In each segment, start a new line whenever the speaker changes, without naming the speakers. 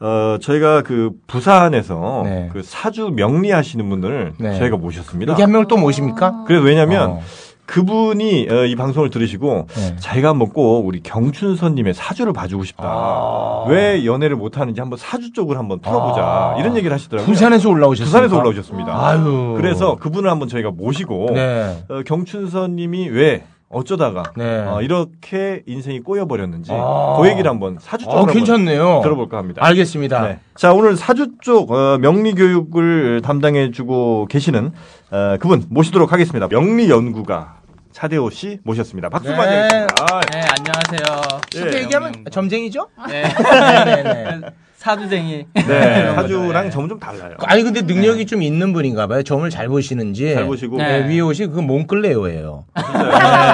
어, 저희가 그 부산에서
네.
그 사주 명리하시는 분을
네.
저희가 모셨습니다.
여기 한 명을 또 모십니까?
그래 왜냐면
어,
그분이 어, 이 방송을 들으시고
네.
자기가 한번 꼭 우리 경춘선님의 사주를 봐주고 싶다.
아.
왜 연애를 못하는지 한번 사주 쪽을 한번 풀어보자
아.
이런 얘기를 하시더라고요.
부산에서 올라오셨어요.
부산에서 올라오셨습니다.
아유.
그래서 그분을 한번 저희가 모시고
네.
어, 경춘선님이 왜 어쩌다가
네.
어, 이렇게 인생이 꼬여버렸는지
아.
그 얘기를 한번 사주 쪽으로
어,
한번
괜찮네요.
들어볼까 합니다.
알겠습니다.
네. 자 오늘 사주 쪽 어, 명리 교육을 담당해주고 계시는 어, 그분 모시도록 하겠습니다. 명리 연구가 차대호 씨 모셨습니다. 박수
네.
맞이하겠습니다. 아,
네, 안녕하세요.
쉽게
예.
얘기하면
영영.
점쟁이죠?
네.
네, 네, 네.
사주쟁이.
네,
이런 거죠.
사주랑
네.
점은 좀 달라요.
아니 근데 능력이 좀 있는 분인가 봐요. 점을 잘 보시는지.
네. 잘 보시고 어.
네.
네, 위에 옷이 그 몽클레오예요.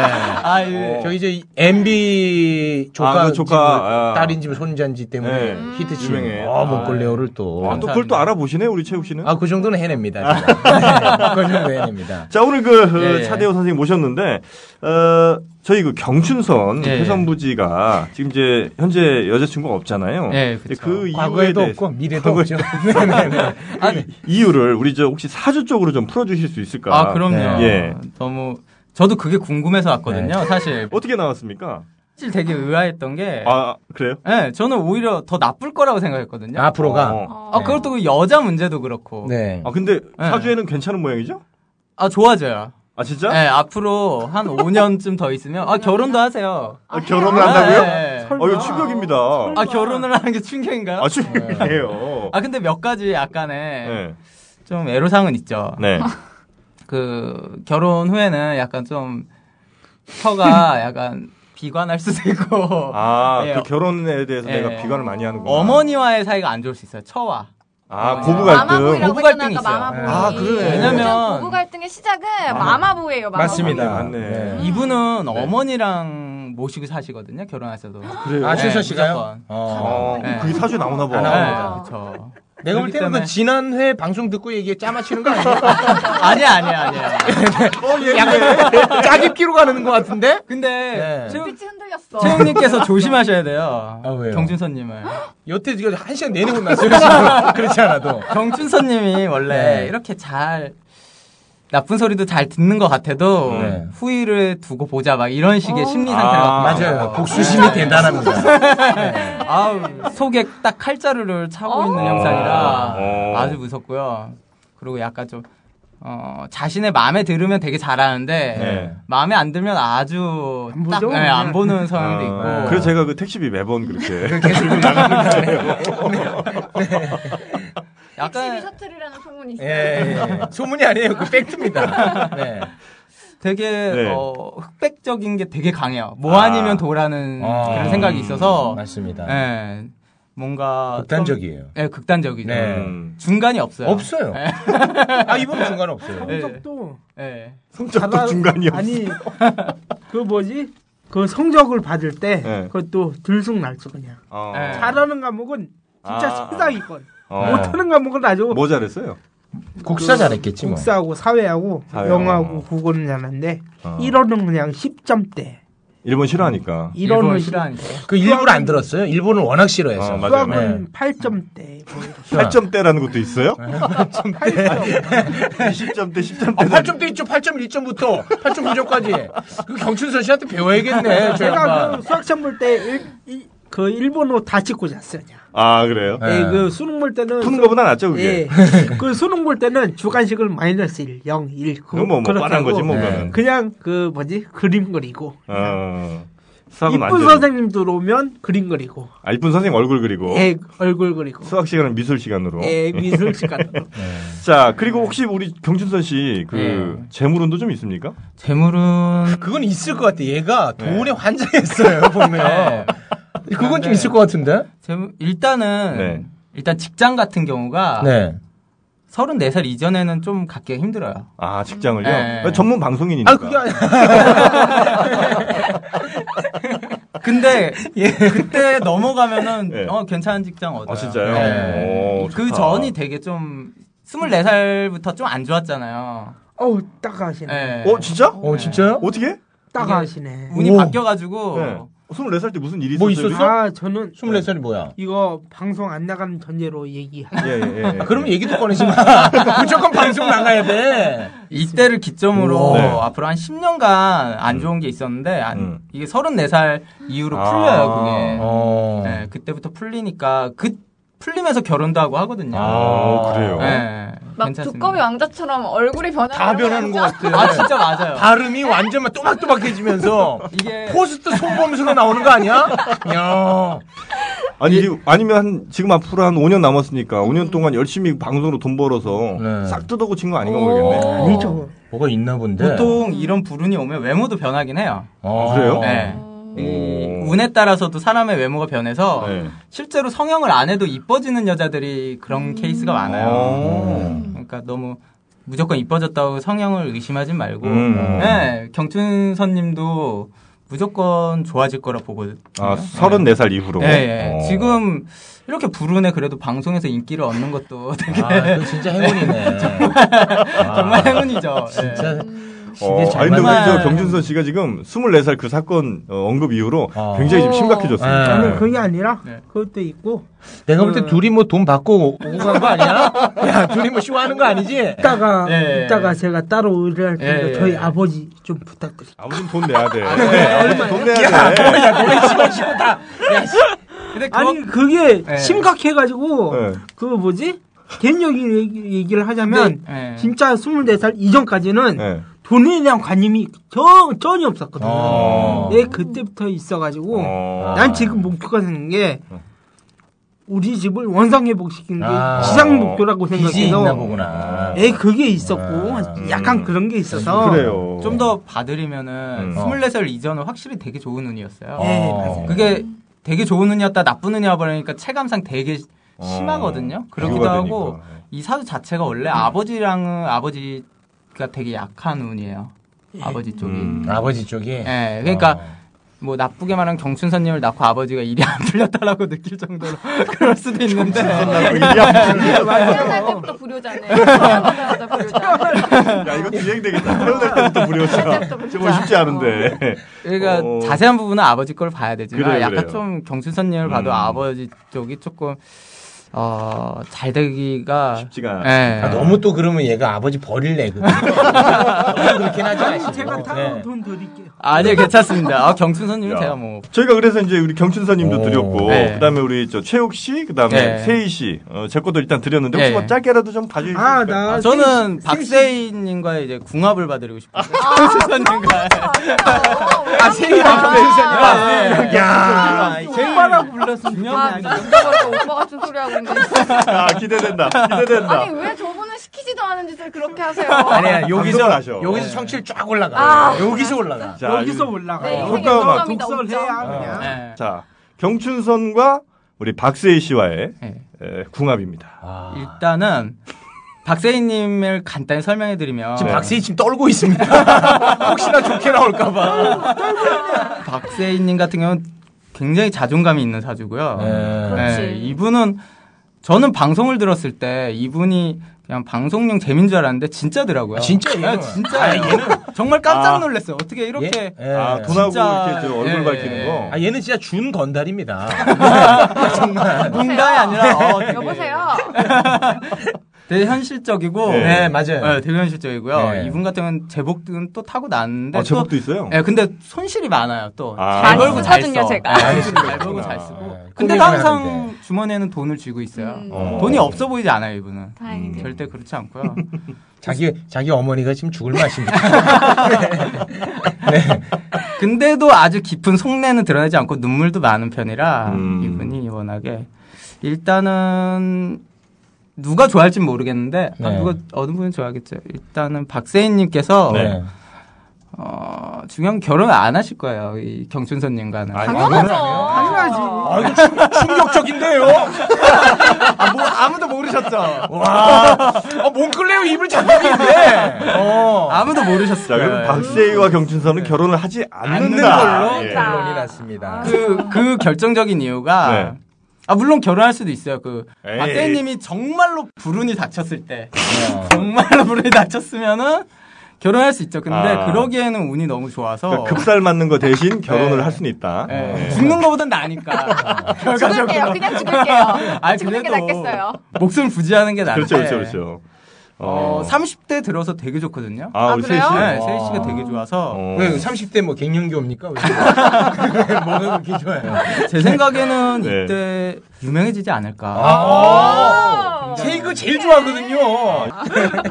아, 예.
저희 이제 MB 조카,
아, 그 조카,
집,
아.
딸인 집 손자인지 때문에
네.
히트치.
유명해.
아, 몽클레오를 또.
아, 또 그걸 또 알아보시네 우리 최욱 씨는.
아, 그 정도는 해냅니다. 제가. 그 정도 해냅니다.
자 오늘 그 어,
예, 예.
차대호 선생님 모셨는데 어, 저희 그 경춘선
예, 예.
해선부지가 지금 이제 현재 여자친구가 없잖아요.
예, 그쵸.
그 이유에
과거에도
대해
없고 미래도 없죠. 네네네.
아니,
이유를 우리 저 혹시 사주 쪽으로 좀 풀어주실 수 있을까?
아, 그럼요.
네. 예.
너무 저도 그게 궁금해서 왔거든요. 사실
어떻게 나왔습니까?
사실 되게 의아했던 게
아 그래요?
네, 저는 오히려 더 나쁠 거라고 생각했거든요. 아,
앞으로가.
어.
그것도 그 여자 문제도 그렇고.
네.
아 근데
네.
사주에는 괜찮은 모양이죠?
아, 좋아져요.
아 진짜?
네, 앞으로 한 5년쯤 더 있으면 아, 결혼도 하세요.
아, 결혼을
해요?
한다고요?
네.
어 이거 충격입니다.
아, 결혼을 하는 게 충격인가요?
아 충격이에요.
아, 예. 근데 몇 가지 약간의
네.
좀 애로사항은 있죠.
네.
그 결혼 후에는 약간 좀 혀가 약간 비관할 수도 있고
아,
예.
그 결혼에 대해서
예.
내가 비관을 많이 하는구나.
어머니와의 사이가 안 좋을 수 있어요. 처와.
아,
어,
고부 갈등.
마마보이라고
마마보이라고
고부 갈등이
했잖아, 아까
있어요.
마마보이.
아,
그래.
왜냐면-
고부 갈등의 시작은 마마보예요. 마마보.
맞습니다.
맞네, 맞네.
네.
이분은 어머니랑 모시고 사시거든요. 결혼하셔도.
그래요.
아, 최서
네,
씨가요?
무조건.
어.
어,
네.
그게 사주 나오나 봐. 어.
안 나와요.
네, 그렇죠.
내가 볼
그렇기
때는 그
때문에-
지난 회 방송 듣고 얘기에 짜맞히는 거 아니에요?
아니야, 아니야, 아니야.
약간 짜깁기로 가는 것 같은데? 네.
근데 최
그 빛이 흔들렸어.
채영님께서 조심하셔야 돼요.
아, 왜요?
경준선님을.
여태 지금 한 시간 내내 혼났어요. 지금. 그렇지 않아도.
경춘선님이 원래
네.
이렇게 잘 나쁜 소리도 잘 듣는 것 같아도
네.
후위를 두고 보자 막 이런 식의 심리
아,
상태가
맞아요. 복수심이 대단한 거야.
네. 아우 속에 딱 칼자루를 차고 있는
어.
형상이라
어.
아주 무섭고요. 그리고 약간 좀 어, 자신의 마음에 들으면 되게 잘하는데
네.
마음에 안 들면 아주 안, 딱, 예, 안 보는 성향도 있고
네.
아, 그래서 제가 그 택시비 매번 그렇게.
약간
TV 셔틀이라는 소문이
예,
있어요.
예. 소문이 아니에요. 그 팩트입니다. 네.
되게
네.
어, 흑백적인 게 되게 강해요. 뭐 아니면
아.
도라는 그런
음.
생각이 있어서
맞습니다.
예, 뭔가
극단적이에요.
좀- 예, 극단적이죠.
네.
음.
중간이 없어요.
없어요. 아, 이분 중간 없어요.
네.
성적도
예.
성적도
받아-
중간이 없어.
아니 그 뭐지 그 성적을 받을 때
네.
그것도 들쑥날쑥 그냥
어.
네.
잘하는 과목은 진짜
아.
신사위권
어.
못하는 과목은 아주
뭐 잘했어요?
국사 잘했겠지 뭐.
국사하고 사회하고
사회하고.
영어하고 국어는 잘하는데
어.
1어는 그냥 10점대
일본 싫어하니까.
1어는
싫어하니까.
그 일부러 안 들었어요. 일본은 워낙 싫어해서. 네.
어, 맞아요. 맞아요.
수학은 8점대
좋아.
8점대라는 것도 있어요? 네. 20점대, 10점대.
아, 8점도 있죠. 8.1점부터 8.9점까지. 그 경춘선 씨한테 배워야겠네. 저
제가
양반.
그 수학 시험 볼때그 일본어 다 찍고 잤어요 그냥
아, 그래요?
네.
예, 그 수능 볼 때는
푸는 거보다 낫죠,
예.
그게.
그 수능 볼 때는 주간식을 마이너스 1, 0, 1. 그,
그건 뭐, 뭐, 빠른 거지, 뭐,
네.
그거는.
그냥 그 뭐지? 그림 그리고.
어. 수학은
이쁜
완전.
선생님 들어오면 그림 그리고.
아, 이쁜 선생 얼굴 그리고.
예, 얼굴 그리고.
수학 시간은 미술 시간으로.
예, 미술 시간.
자, 그리고 혹시 우리 경춘선 씨, 그,
네.
재물운도 좀 있습니까?
재물은
그건 있을 것 같아. 얘가
네.
돈에 환장했어요. 보면. 그건 좀 있을 것 같은데?
예. 재물 일단은
네.
일단 직장 같은
아,
경우가
네.
34살 이전에는 좀 갖기가 힘들어요.
아, 직장을요?
네.
아, 전문 방송인이니까. 네.
아, 그게 아니
근데 그때 넘어가면은
네.
어 괜찮은 직장 얻어요.
아, 진짜요?
네.
오,
그
좋다.
전이 되게 좀 24살부터 좀 안 좋았잖아요.
어우, 따가하시네.
예.
어, 진짜?
어, 진짜요?
어떻게?
따가하시네.
운이
오.
바뀌어가지고
네. 24살 때 무슨 일이
뭐
뭐, 있었어요?
있었어?
아 저는
24살이 뭐야?
이거 방송 안 나가는 전제로 얘기하.
예, 예, 예.
아, 그러면 얘기도 꺼내지 마.
네.
무조건 방송 나가야 돼.
이때를 기점으로
네.
앞으로 한 10년간 안 좋은 게 있었는데 안-
음.
이게 34살 이후로
아.
풀려요 그게.
어.
네, 그때부터 풀리니까 그 풀리면서 결혼도 하고 하거든요.
아, 그래요?
네,
막
괜찮습니다.
두꺼비 왕자처럼 얼굴이 변하는
다 변하는 것
남자?
같아.
아 진짜 맞아요.
발음이 완전 막 또박또박해지면서
이게
포스트 손범수로 나오는 거 아니야? 야.
아니, 지- 아니면 한, 지금 앞으로 한 5년 남았으니까 5년 동안 열심히 방송으로 돈 벌어서
네.
싹 뜯어고친 거 아닌가 모르겠네.
오.
아니죠.
뭐가 있나
네.
본데.
보통 이런 불운이 오면 외모도 변하긴 해요.
아,
그래요?
네.
음.
이
오.
운에 따라서도 사람의 외모가 변해서
네.
실제로 성형을 안 해도 이뻐지는 여자들이
음.
그런 케이스가 많아요.
아.
그러니까 너무 무조건 이뻐졌다고 성형을 의심하진 말고
음.
네, 경춘선님도 무조건 좋아질 거라 보거든요.
아, 34살 이후로.
예, 예.
어.
지금 이렇게 불운에 그래도 방송에서 인기를 얻는 것도 되게
아, 그거 진짜 행운이네.
정말 행운이죠. 예.
진짜
어,
시대 잘
아니, 근데 우리
만나요.
저 경준선 씨가 지금 24살 그 사건 어, 언급 이후로
아.
굉장히 지금
오.
어.
심각해졌습니다.
네.
저는 그게 아니라
네.
그것도 있고
내가 볼 때 둘이 뭐 돈 받고 오고 간 거 아니야? 야, 둘이 뭐 쇼하는 거 아니지?
이따가
예, 예.
이따가 제가 따로 의뢰할 텐데
예, 예.
저희 아버지 좀 부탁드릴게요.
아버지는 돈 내야 돼. 네, 아버지는 돈 내야 돼.
야, 너네 집안 식구 다. 야, 씨.
근데 그거
뭐,
아니 그게
예.
네.
심각해가지고
네.
그 뭐지 개인적 얘기, 얘기를 하자면
네.
예.
진짜 24살 이전까지는
네.
돈에 대한 관념이 전, 전혀 없었거든요.
어.
내 그때부터 있어가지고
아.
어.
난 지금 목표가 생긴 게 우리 집을 원상 회복시키는 게
아.
지상 목표라고
빚이 있나
생각해서
보구나.
에 그게 있었고
음.
약간 그런 게 있어서
그래요.
좀 더 봐드리면은
음.
24살 이전은 확실히 되게 좋은 운이었어요.
예,
어.
그게 되게 좋은 운이었다 나쁜 운이야 버리니까 체감상 되게
어.
심하거든요. 그렇기도
비교가
하고
되니까. 음.
이 사주 자체가 원래 아버지랑은 아버지가 되게 약한 운이에요. 아버지 쪽이.
음.
아버지 쪽이.
예, 그러니까
어.
뭐 나쁘게 말하면 경춘선님을 낳고 아버지가 일이 안 풀렸다라고 느낄 정도로 그럴 수도 있는데
아, 태어날 때부터 불효자네. 태어날 때부터 불효자.
야, 이거 진행되겠다. 태어날 때부터
태어날
부려자.
때부터
정말 쉽지
부려자.
않은데.
그러니까
어.
자세한 부분은 아버지 걸 봐야 되지만
그래요,
약간
그래요.
좀 경춘선님을 봐도
음.
아버지 쪽이 조금 어, 잘 되기가
쉽지가
예.
아, 너무 또 그러면 얘가 아버지 버릴래, 그거. 너무 그렇긴 하지 마시고.
제가
네.
따로 돈 드릴게요.
아니요 괜찮습니다. 아, 경춘선님은
야.
제가 뭐
저희가 그래서 이제 우리 경춘사님도
오.
드렸고,
네.
그다음에 우리 저 최욱 씨, 그다음에
네.
세희 씨, 어, 제 것도 일단 드렸는데 혹시
네.
뭐 짧게라도 좀 봐주실
아,
수 있을까요?
나- 아,
저는
셋이-
박세희님과의 이제 궁합을 봐드리고 싶어요.
아,
경춘선님과
아,
아,
박세희님과
야. 아,
오빠라고 불렀으면 중요한 게 아니에요.
어, 오빠가 좀 소리 하고 있네.
아, 기대된다. 기대된다.
아니 왜 저분은 시키지도 않은 짓을 그렇게 하세요?
아니야, 여기서,
방송을 하셔.
네.
여기서 청취율 쫙 올라가.
아.
여기서 올라가.
자,
여기서
이-
올라가.
네,
어,
인생의
잠깐만.
정점이다, 정점.
독설해야
아,
그냥.
네.
자, 경춘선과 우리 박세희 씨와의
네.
에, 궁합입니다.
아.
일단은 박세희님을 간단히 설명해드리면
지금
네.
박세희 지금 떨고 있습니다. 혹시나 좋게 나올까봐.
박세희님 같은 경우는 굉장히 자존감이 있는 사주고요.
네.
네.
그렇지.
이분은 저는 방송을 들었을 때 이분이 그냥 방송용 재민 줄 알았는데 진짜더라고요.
아, 진짜예요?
진짜.
아, 얘는? 아.
정말 깜짝 놀랐어요. 어떻게 이렇게
예? 예.
아, 돈하고 이렇게 저 얼굴
예,
밝히는 거.
아, 얘는 진짜 준 건달입니다. 아.
농담이 아니라 어, 되게,
여보세요.
되게 현실적이고
예.
네, 맞아요.
네, 되게 현실적이고요.
예.
이분 같은 경우는 제복은 또 타고 났는데
아, 제목도
또
있어요.
예, 근데 손실이 많아요 또.
아.
잘 벌고
많이
잘
쓰거든요,
써.
제가.
예,
많이
잘 벌고
쓰거든요.
잘
아,
쓰고. 근데
꾸미고
항상
하는데.
주머니에는 돈을 쥐고 있어요.
어.
돈이 없어 보이지 않아요 이분은.
다행이네요.
절대 그렇지 않고요.
자기 자기 어머니가 지금 죽을 맛입니다.
근데도 아주 깊은 속내는 드러내지 않고 눈물도 많은 편이라
음.
이분이 워낙에 일단은 누가 좋아할진 모르겠는데 아,
네.
누가 어느 분이 좋아하겠죠. 일단은 박세인님께서
네.
어, 중요한 결혼 안 하실 거예요. 이 경춘선님과는.
아니,
당연하죠.
아, 이거 충- 충격적인데요.
아, 뭐, 아무도 모르셨죠.
와, 아, 몽클레어 입을 잡히는데. 어,
아무도 모르셨어요.
자, 그럼 박세희와 경춘선은 결혼을 하지
않는
않는다.
걸로
예.
결론이 났습니다.
그, 그 결정적인 이유가
네.
아 물론 결혼할 수도 있어요. 그
에이. 어.
박세희님이 정말로 불운이 닥쳤을 때 정말로 불운이 닥쳤으면은 결혼할 수 있죠. 근데
아.
그러기에는 운이 너무 좋아서
그러니까 급살 맞는 거 대신 결혼을
네.
할 수는 있다.
예,
네. 어.
죽는 거보단 나니까
죽을게요. 그냥 죽을게요.
아니,
죽는 게
그래도
낫겠어요.
목숨 부지하는 게 나은데
그렇죠, 그렇죠, 그렇죠.
어, 30대 들어서 되게 좋거든요.
아,
아,
우리
그래요?
셋이.
네,
아.
세희 씨가 되게 좋아서
어.
왜 30대 뭐 갱년기 옵니까? 왜? 네, 뭐가 그렇게 좋아요?
제 생각에는
네.
이때 유명해지지 않을까.
아,
오!
세이거 제일 좋아하거든요.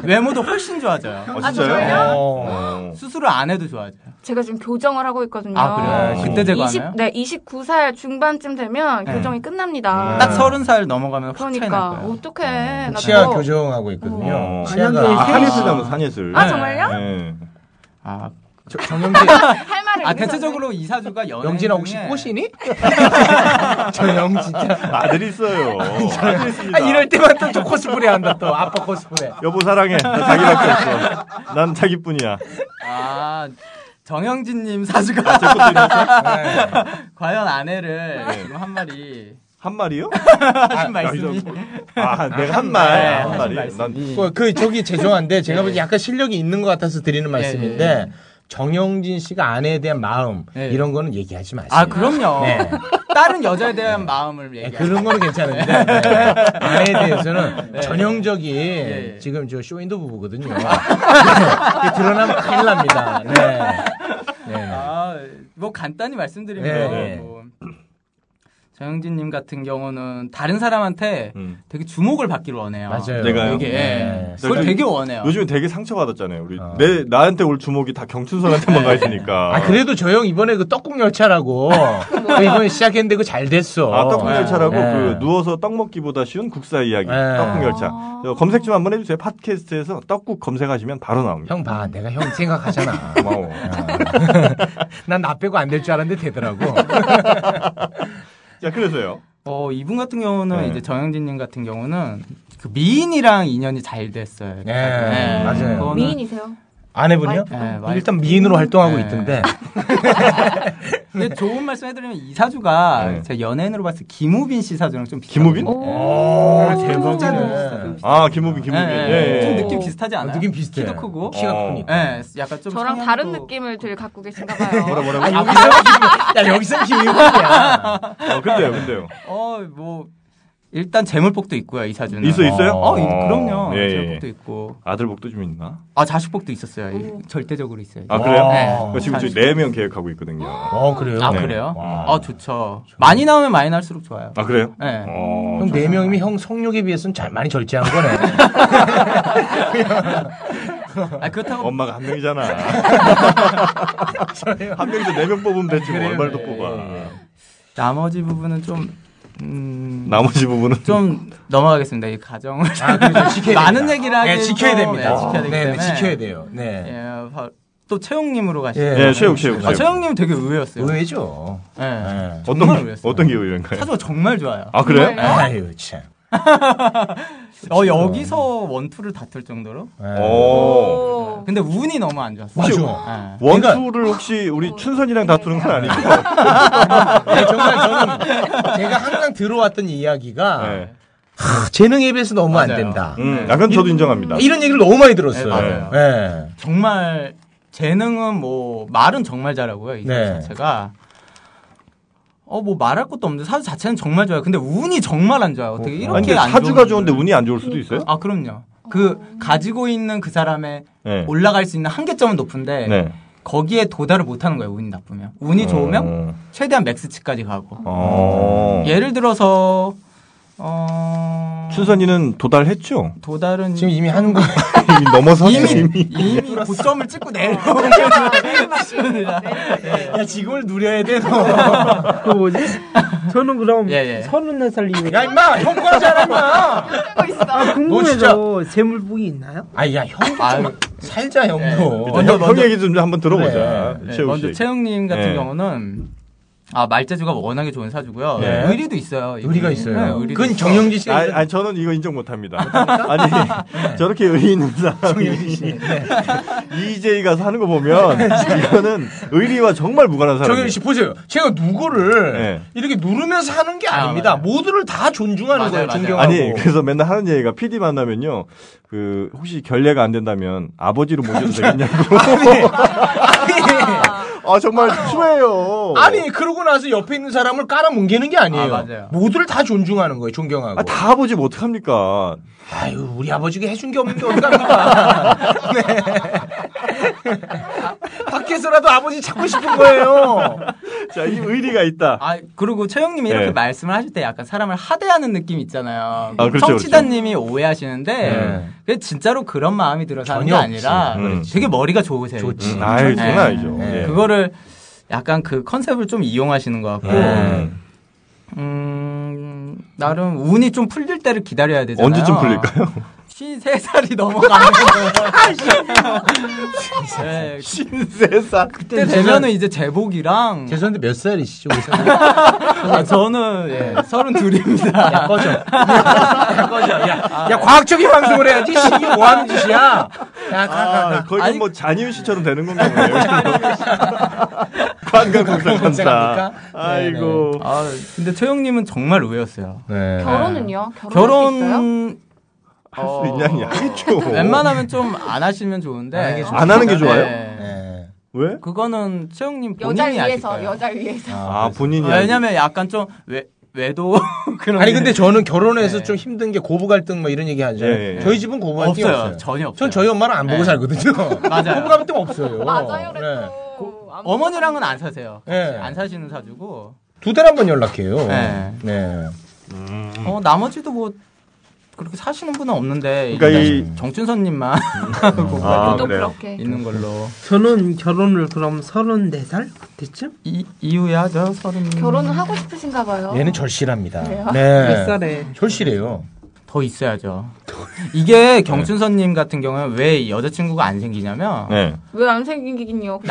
외모도 훨씬 좋아져요.
아, 진짜요?
정말요?
어.
어.
수술을 안 해도 좋아져요.
제가 지금 교정을 하고 있거든요.
아, 그래요?
네.
그때 제거하나요?
20, 네, 29살 중반쯤 되면
네.
교정이 끝납니다.
딱 서른 살 넘어가면 확 차이 날
네. 그러니까
거예요. 네. 그
어떡해. 나도.
치아 뭐. 교정하고 있거든요.
어.
아니,
아,
치아가
아.
한예술 닮았어, 한예술.
아, 정말요?
네.
아,
저- 정영진
할 말을
아
여기서
대체적으로 이사주가 연예인
영진아 혹시
중에
꼬시니? 아, 저영 진짜
아들이 있어요. 아들 있습니다.
아, 이럴 때만 또 저 코스프레 한다 또 아빠 코스프레.
여보 사랑해. 나 자기밖에 없어. 난 자기뿐이야.
아 정영진님 사주가 과연 아내를 지금 한 마리
한 말이요?
하신 말씀이
여기서- 아, 내가 한 말.
네,
한
하신
말이. 난
말씀이
그, 그 저기 죄송한데 제가 보기엔 약간 실력이 있는 것 같아서 드리는 말씀인데
예, 예.
정영진 씨가 아내에 대한 마음
예.
이런 거는 얘기하지 마세요.
아 그럼요
네.
다른 여자에 대한 마음을
예,
얘기하는
그런 거는 괜찮은데 네. 아내에 대해서는 전형적인
예.
지금 저 쇼윈도 부부거든요. 네. 이게 드러나면 큰일 납니다. 네. 네.
아뭐 간단히 말씀드리면
네, 네.
뭐 정영진님 같은 경우는 다른 사람한테
음.
되게 주목을 받기를 원해요
맞아요.
내가요?
되게 예.
네.
그걸 되게 원해요
요즘에 되게 상처받았잖아요. 우리
어.
내 나한테 올 주목이 다 경춘선한테만 가 있으니까.
아 그래도 저 형 이번에 그 떡국 열차라고 이번에 시작했는데 그 잘 됐어.
뭐. 아, 떡국열차라고
네.
그 누워서 떡 먹기보다 쉬운 국사 이야기.
네.
떡국열차.
아.
저 검색 좀 한번 해주세요. 팟캐스트에서 떡국 검색하시면 바로 나옵니다.
형 봐, 내가 형 네. 생각하잖아.
고마워.
난 나 빼고 안 될 줄 알았는데 되더라고.
자, 그래서요.
어 이분 같은 경우는
네.
이제 정영진님 같은 경우는 그 미인이랑 인연이 잘 됐어요.
네, 맞아요.
그거는-
미인이세요?
아내분이요?
네, 말-
일단 미인으로 활동하고
네.
있던데. 네.
근데 좋은 말씀 해드리면 이 사주가
네.
제 연예인으로 봤을 때 김우빈 씨 사주랑 좀 예, 비슷해요.
김우빈?
오,
대박이네.
아, 김우빈, 김우빈. 예, 예.
좀 느낌 비슷하지 않아요?
어, 느낌 비슷해.
키도 크고.
키가
어.
크니까.
예, 약간 좀
저랑
성향도-
다른 느낌을 들 갖고 계신가 봐요.
뭐라 뭐라.
아, 여기서 힘이- 야, 여기서 힘이 없냐.
어, 근데요, 근데요.
어, 뭐 일단 재물복도 있고요 이 사주는.
있어 있어요?
어, 이- 그럼요.
예, 예.
재물복도 있고.
아들 복도 좀 있나?
아 자식복도 있었어요. 이-
음.
절대적으로 있어요.
아 그래요?
네.
그거 지금 저희 네명 계획하고 있거든요.
어, 그래요?
아
네.
그래요?
와.
아 좋죠. 많이 나오면 많이 날수록 좋아요.
아 그래요?
네.
어,
형
좀-
네 명이면 형 성욕에 비해서는 잘 많이 절제한 거네.
아 그렇다고
엄마가 한 명이잖아. 한 명이서 네 명 뽑으면 됐지 뭐 얼마를 더
네,
뽑아.
나머지 부분은 좀 음,
나머지 부분은
좀 넘어가겠습니다. 이 가정을
네,
아, 그렇죠. 지켜야
많은
됩니다.
얘기를 하기
네, 지켜야 됩니다.
네, 지켜야 되기
네, 네,
때문에
지켜야 돼요. 네.
예, 바- 또 채용님으로 가시죠.
예, 최욱 최욱
아,
최욱.
채용님 되게 의외였어요.
의외죠.
예.
네.
어떤
정말
게-
의외였어요.
어떤 게 의외인가요?
사주가 정말 좋아요. 네.
아 그래요?
정말요?
아유, 참.
어 여기서 원투를 다툴 정도로.
네.
오.
어,
오.
근데 운이 너무 안 좋았어요.
맞아.
예.
어. 원투를 혹시 우리 춘선이랑 다투는 건 아니고?
그러니까.
아니, 정말 저는 제가 항상 들어왔던 이야기가
네.
아, 재능에 비해서 너무 안
맞아요.
된다.
음, 약간 저도 인정합니다.
이런 얘기를 너무 많이 들었어요.
네, 맞아요.
네.
정말 재능은 뭐 말은 정말 잘하고요. 이
네.
사주 자체가 어 뭐 말할 것도 없는데 사주 자체는 정말 좋아요. 근데 운이 정말 안 좋아요. 어떻게 이렇게
아니 근데
안
사주가
좋은
좋은데
분들을-
운이 안 좋을 수도 있어요?
아 그럼요. 그 가지고 있는 그 사람의
네.
올라갈 수 있는 한계점은 높은데
네.
거기에 도달을 못하는 거예요. 운이 나쁘면 운이 좋으면 최대한 맥스치까지 가고
어.
예를 들어서 어
춘선이는 도달했죠?
도달은
지금 이미 하는 거.
이미 넘어서
이미 이미 고점을 찍고 내려오는
네.
수준이라
야, 지금을 누려야 돼, 너.
그 뭐지? 저는 그럼
예, 예.
서른 살 이후에
야, 임마! 형 과자라, 임마!
하고 있어.
아,
너
궁금해서 재물복이 있나요?
아, 야, 형도 좀 살자, 형도.
어, 먼저, 형, 형 얘기 좀 한번 들어보자.
네,
최욱
먼저
씨.
채영님 같은
예.
경우는 아 말재주가 워낙에 좋은 사주고요.
네.
의리도 있어요. 이분이.
의리가
네,
있어요.
의리도
그건
있고.
정영진 씨가
아, 아니, 저는 이거 인정 못합니다. 아니 저렇게 의리 있는 사람이 EJ가 사는 거 보면 이거는 의리와 정말 무관한 사람.
정영진 씨 보세요. 제가 누구를
네.
이렇게 누르면서 하는 게
아,
아닙니다.
맞아요.
모두를 다 존중하는
맞아요,
거예요.
맞아요.
존경하고.
아니 그래서 맨날 하는 얘기가 PD 만나면요 그 혹시 결례가 안 된다면 아버지로 모셔도 되겠냐고 아 정말 추해요
아니 그러고 나서 옆에 있는 사람을 깔아뭉개는 게 아니에요.
아, 맞아요.
모두를 다 존중하는 거예요. 존경하고.
아, 다 아버지 면 어떡합니까
아유 우리 아버지가 해준 게 없는데 어떡합니까 네. 밖에서라도 아버지 찾고 싶은 거예요
자이 의리가 있다
아 그리고 최영님이 이렇게
네.
말씀을 하실 때 약간 사람을 하대하는 느낌 있잖아요.
그렇죠,
청취자님이 오해하시는데
네.
그게 진짜로 그런 마음이 들어서 하는 게
전혀
아니라
없지. 음.
되게 머리가 좋으세요.
좋지.
이분.
아이
네.
장난 아니죠
네.
예.
그거를 약간 그 컨셉을 좀 이용하시는 것 같고
네.
음, 나름 운이 좀 풀릴 때를 기다려야 되잖아요.
언제쯤 풀릴까요
53살이 넘어가면 네,
신세상
그때 되면은 이제 제복이랑
죄송한데 몇 살이시죠?
아, 저는 예, 32입니다.
야 아, 꺼져 야 꺼져 야, 야 과학적인 방송을 해야지 씨, 이게 뭐하는 짓이야
아, 거의
아니-
뭐 잔이윤 씨처럼 되는 건가요? 관광공사감사.
관광공사합니까?
아이고.
아, 근데 최영님은 정말 의외였어요.
네.
결혼은요? 결혼 있어요?
네. 결혼
할 수 있냐니 하겠죠.
웬만하면 좀 안 하시면 좋은데
안 하는 게 좋죠.
안 하는 게 좋아요?
네.
왜?
그거는 최영님
여자를
본인이 아실
위해서
거예요.
여자를 위해서
아, 본인이.
아, 왜냐면 약간 좀 외, 외도 그런
아니
게
근데 저는 결혼해서
네.
좀 힘든 게 고부 갈등 뭐 이런 얘기 하죠.
예, 예.
저희 집은 고부 갈등이
없어요.
없어요.
전혀 없어요.
전 저희 엄마랑 안 보고
네.
살거든요.
맞아요.
고부 갈등 없어요.
맞아요
네.
그랬어. 아무튼
어머니랑은 안 사세요.
네.
안 사시는 사주고
두 달에 한 번 연락해요.
네.
네.
어 나머지도 뭐 그렇게 사시는 분은 없는데
그러니까
일단 정준선님만
아,
유독
그래요.
그렇게
있는 걸로
그러니까. 저는 결혼을 그럼 34살 그때쯤?
이 이후에 하죠 서른
결혼은 하고 싶으신가 봐요.
얘는 절실합니다.
어? 그래요?
몇
네.
살에?
절실해요.
더 있어야죠. 이게 경춘선님 같은 경우는 왜 여자친구가 안 생기냐면
네.
왜 안 생기긴요?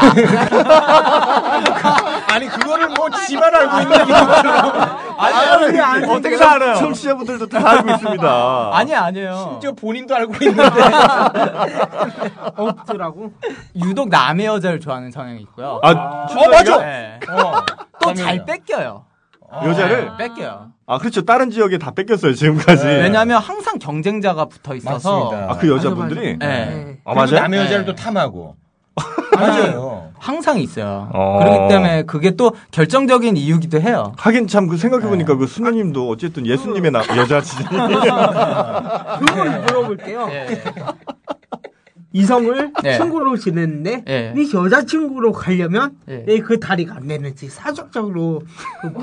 아니 그거를 뭐 지만 알고 뭐 있는 게 그러니까.
아니, 아니,
뭐
어떻게 다 알아요? 청취자분들도 다 알고 있습니다.
아니 아니에요.
심지어 본인도 알고 있는데
없더라고.
유독 남의 여자를 좋아하는 성향이 있고요.
아,
어, 맞아!
네.
어.
또 잘 뺏겨요.
여자를?
네, 뺏겨요.
아, 그렇죠. 다른 지역에 다 뺏겼어요, 지금까지.
네. 왜냐하면 항상 경쟁자가 붙어 있어서
맞습니다.
아, 그 여자분들이?
맞아, 맞아.
네.
아, 맞아요?
그리고 남의 여자를
네.
또 탐하고. 맞아요.
항상 있어요.
어.
그렇기 때문에 그게 또 결정적인 이유기도 해요.
하긴 참, 그 생각해보니까 그 수녀님도 어쨌든 예수님의 나, 여자지.
그걸 물어볼게요.
예.
이성을
네.
친구로 지냈는데
네.
네, 여자친구로 가려면
네.
왜 그 다리가 안 되는지 사적으로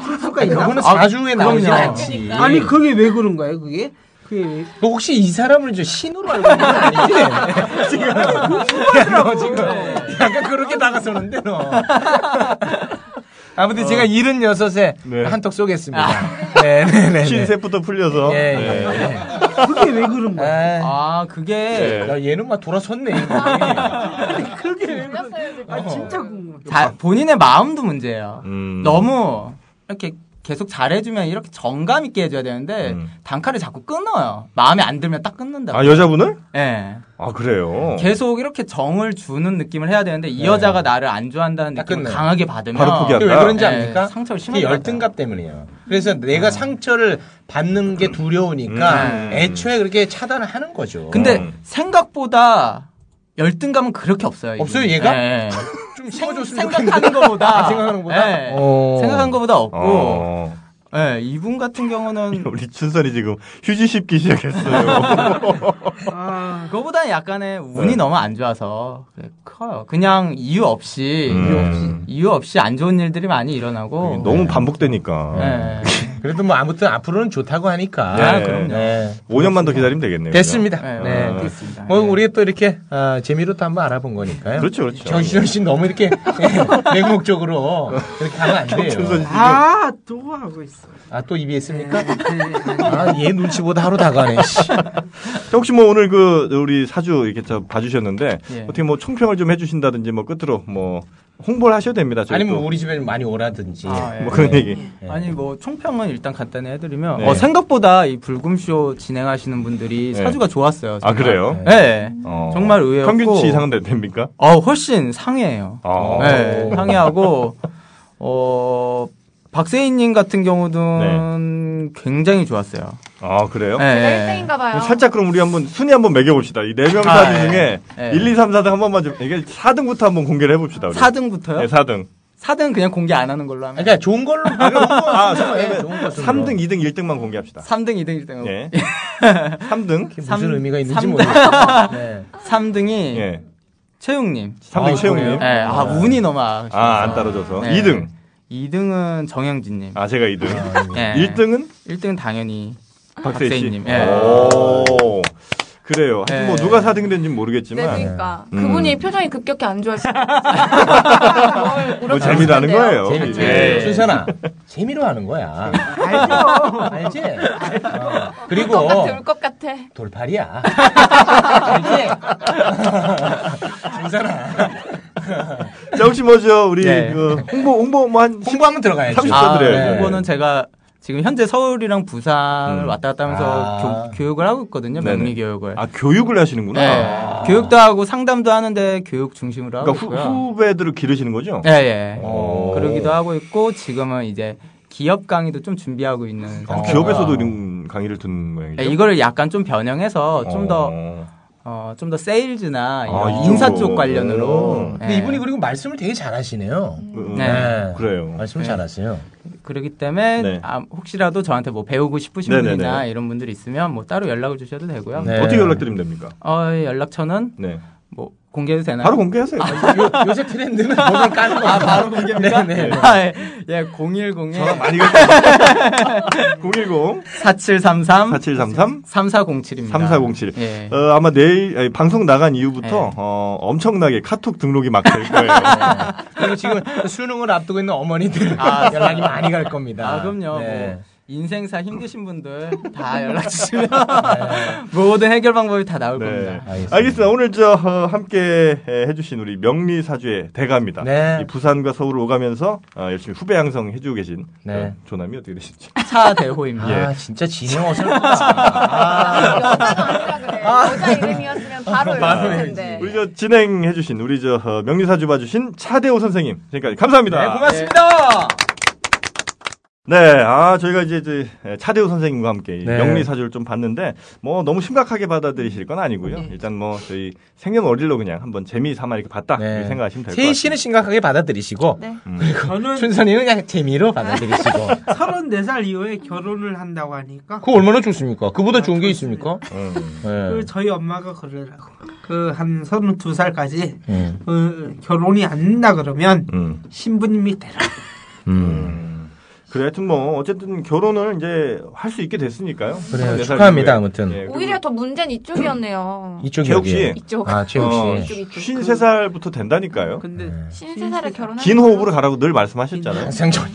풀 수가 있나?
이거는 사주에 나오지
그럼요.
않지.
아니 그게 왜 그런 거예요 그게? 그게 왜?
너 혹시 이 사람을 저 신으로 알고 있는 거 아니지? 지금. 야, 너 지금 약간 그렇게 나가서는데, 너. 아무튼
어.
제가 76에
네.
한턱
아.
쏘겠습니다. 네네네.
신세부터 풀려서.
예,
네.
예.
그게 왜 그런 거예요?
아,
아 그게
네.
야, 얘는 막 돌아섰네. 이분이.
아니 그게 왜 그런 거예요?
어.
아 진짜 궁금해.
자- 본인의 마음도 문제예요.
음.
너무 이렇게 계속 잘해주면 이렇게 정감 있게 해줘야 되는데
음.
단칼에 자꾸 끊어요. 마음에 안 들면 딱 끊는다.
아,
고
여자분을?
예.
아, 그래요.
계속 이렇게 정을 주는 느낌을 해야 되는데 이 여자가 나를 안 좋아한다는
딱
느낌을
끊네요.
강하게
네.
받으면
바로 포기한다.
그게 왜 그런지
예,
압니까?
상처를
그게
심하게
열등감 때문이에요. 그래서 내가 상처를 받는 게 두려우니까
음.
애초에 그렇게 차단을 하는 거죠.
근데
음.
생각보다 열등감은 그렇게 없어요. 이분이.
없어요, 얘가?
예, 예.
좀
생-
심어줬으면 좋겠는데.
생각하는 것보다
아, 생각하는 것보다?
예.
어.
생각한 것보다 없고
어.
예, 이분 같은 경우는
우리 춘선이 지금 휴지 씹기 시작했어요.
아
그거보다는 약간의 운이
네.
너무 안 좋아서 그게 커요. 그냥 이유 없이
음.
이유 없이 안 좋은 일들이 많이 일어나고
너무 반복되니까.
예.
그래도 뭐 아무튼 앞으로는 좋다고 하니까.
네.
아, 그럼요.
네.
5년만 더 기다리면 되겠네요.
됐습니다.
네,
네.
네, 됐습니다.
뭐
예.
우리 또 이렇게 아, 재미로 또 한번 알아본 거니까요.
그렇죠 그렇죠.
정신현 씨 너무 이렇게 예, 맹목적으로 이렇게 가면 안 돼요.
아, 또 하고 있어.
아 또 입이 있습니까?
네,
아 얘 눈치보다 하루 다 가네. 씨.
아, 자, 혹시 뭐 오늘 그 우리 사주 이렇게 저 봐주셨는데
예.
어떻게 뭐 총평을 좀 해주신다든지 뭐 끝으로 뭐 홍보를 하셔도 됩니다. 저희
아니면
또.
뭐
우리 집에 많이 오라든지.
아, 예.
뭐 그런 얘기.
예.
아니 뭐 총평은 일단 간단히 해드리면
네.
어, 생각보다 이 불금쇼 진행하시는 분들이
네.
사주가 좋았어요.
아
정말.
그래요?
네.
어.
정말 의외였고.
평균치 이상은 되- 됩니까?
어 훨씬 상해해요.
아.
네, 상해하고 어 박세인님 같은 경우는 굉장히 좋았어요.
아 네. 그래요?
네.
1등인가 봐요.
뭐 살짝 그럼 우리 한번 순위 한번 매겨봅시다. 이 네 명
아,
사주
예.
중에
예.
1, 2, 3, 4등 한 번만 좀 이게 4등부터 한번 공개를 해봅시다. 우리.
4등부터요?
네, 4등.
4등 그냥 공개 안 하는 걸로 하면
그러니까 좋은 걸로. 아, 좋은 거.
네, 3등, 2등, 1등만 공개합시다.
3등, 2등, 1등.
예. 3등.
무슨
삼-
의미가 있는지
삼등.
모르겠어요. 네.
3등이
예.
최용님.
3등
아,
최용님.
그래요?
네, 아 운이 너무 아쉬워서.
아, 안 떨어져서.
네.
2등.
2등은 정영진님.
아, 제가 2등.
예.
1등은
1등은 당연히
아. 박세희 씨.
박세희님. 예.
오. 그래요. 하여튼 뭐
예.
누가 4등이 된지 는
네,
모르겠지만
그러니까
음.
그분이 표정이 급격히 안 좋아지고
뭐
그렇죠.
재미나는 거예요.
재미,
예.
재미. 순선아, 재미로 하는 거야. 알죠. 알지? 어. 그리고
울것 같아, 울것 같아.
돌팔이야. 알지? 순선아.
자, 혹시 뭐죠? 우리
네.
그 홍보 홍보 뭐한
홍보 한번 들어가야죠.
30초
아,
드려요.
네.
이거는 제가 지금 현재 서울이랑 부산을
음.
왔다 갔다 하면서
아.
교, 육을 하고 있거든요.
네네.
명리 교육을.
아, 교육을 하시는구나.
네. 교육도 하고 상담도 하는데 교육 중심으로 하고
그러니까 네. 후,
있고요.
후배들을 기르시는 거죠?
예, 예.
오.
그러기도 하고 있고 지금은 이제 기업 강의도 좀 준비하고 있는
아, 네,
상태고요.
기업에서도 이런 강의를 듣는
예,
모양이죠.
이거를 약간 좀 변형해서 좀 더 좀 더
어.
세일즈나 이런
아, 이쪽으로.
인사 쪽 관련으로
오.
근데
예.
이분이 그리고 말씀을 되게 잘하시네요.
음,
네.
그래요.
말씀을
네.
잘하세요.
그러기 때문에
네.
아, 혹시라도 저한테 뭐 배우고 싶으신
네네네.
분이나 이런 분들이 있으면 뭐 따로 연락을 주셔도 되고요.
네.
어떻게 연락드리면 됩니까?
어, 연락처는
네.
뭐 공개해도 되나요?
바로 공개하세요. 아,
요, 새 트렌드는 돈을 까는 거. 아, 바로 공개입니까? 네, 네.
아, 예. 예, 010에
전화 많이 걸려. 010
4733
4733
3407입니다.
3407.
예.
어, 아마 내일 아니, 방송 나간 이후부터
네.
어, 엄청나게 카톡 등록이 막 될 거예요.
그리고 지금 수능을 앞두고 있는 어머니들
아,
연락이 많이 갈 겁니다.
아, 그럼요.
네.
뭐 인생사 힘드신 분들 다 연락 주시면 모든 해결 방법이 다 나올
네.
겁니다.
알겠습니다.
알겠습니다. 오늘 저 어, 함께 에, 해주신 우리 명리 사주의 대가입니다.
네.
이 부산과 서울을 오가면서 어, 열심히 후배 양성 해주고 계신
네.
어, 조남이 어떻게 되시죠?
차대호입니다.
예.
아, 진짜 진행 어설프다. 아.
여자가 아니라 그래. 여자 이름이었으면 바로
바로
읽을
읽지.
텐데.
우리 저 진행해주신 우리 저 어, 명리 사주 봐주신 차대호 선생님 지금까지 감사합니다.
네, 고맙습니다.
네, 아 저희가 이제, 이제 차대우 선생님과 함께 이
네.
명리 사주를 좀 봤는데 뭐 너무 심각하게 받아들이실 건 아니고요.
네.
일단 뭐 저희 생년월일로 그냥 한번 재미 삼아 이렇게 봤다
네.
이렇게 생각하시면 될 것
세희
같습니다. 음,
씨는 심각하게 받아들이시고
네.
저는
춘선이는 그냥 재미로 받아들이시고
34살 이후에 결혼을 한다고 하니까
그거 얼마나 좋습니까? 그보다 좋은 게 있습니까?
음.
그
네. 저희
저희 엄마가 그러더라고. 그 한 32살까지 어,
음.
결혼이 안 된다 그러면
음.
신부님이 되라.
그래, 하여튼 뭐 어쨌든 결혼을 이제 할 수 있게 됐으니까요.
그래요.
34살
축하합니다,
이후에.
아무튼.
예,
오히려 더 문제는 이쪽이었네요.
이쪽이
최욱 씨.
여기예요.
이쪽.
아, 최욱
어,
씨.
이쪽, 이쪽.
53살부터
그
된다니까요.
근데
신세 살을 결혼한
그 긴 호흡으로 가라고 늘 말씀하셨잖아요.
항상 천-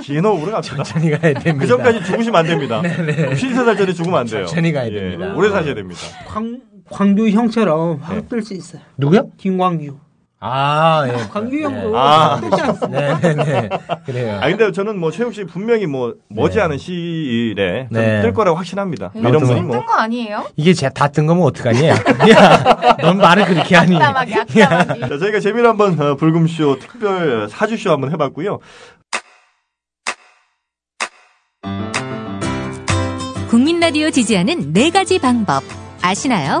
긴 호흡으로 갑시다.
천천히 가야 됩니다. 네,
그 전까지 죽으시면 안 됩니다. 53살 전에 죽으면 안 돼요.
천천히 가야
예,
됩니다.
오래 사셔야 됩니다.
광, 광규 형처럼 확 뜰 수 있어요.
누구요?
김광규.
아, 예.
광규 형도
아.
확 뜰지 않습니까?
네, 네, 네. 그래요.
아 근데 저는 뭐 최욱 씨 분명히 뭐 머지않은 시일에 좀
네.
뜰 거라고 확신합니다.
네.
이런 분이 뭐
뜬거 아니에요?
이게 제가 다뜬 거면 어떡하니? 야, 넌 말을 그렇게
음.
하니?
악담하게 악담하게.
자, 저희가 재미를 한번 어, 불금쇼 특별 사주쇼 한번 해봤고요.
국민 라디오 지지하는 네 가지 방법 아시나요?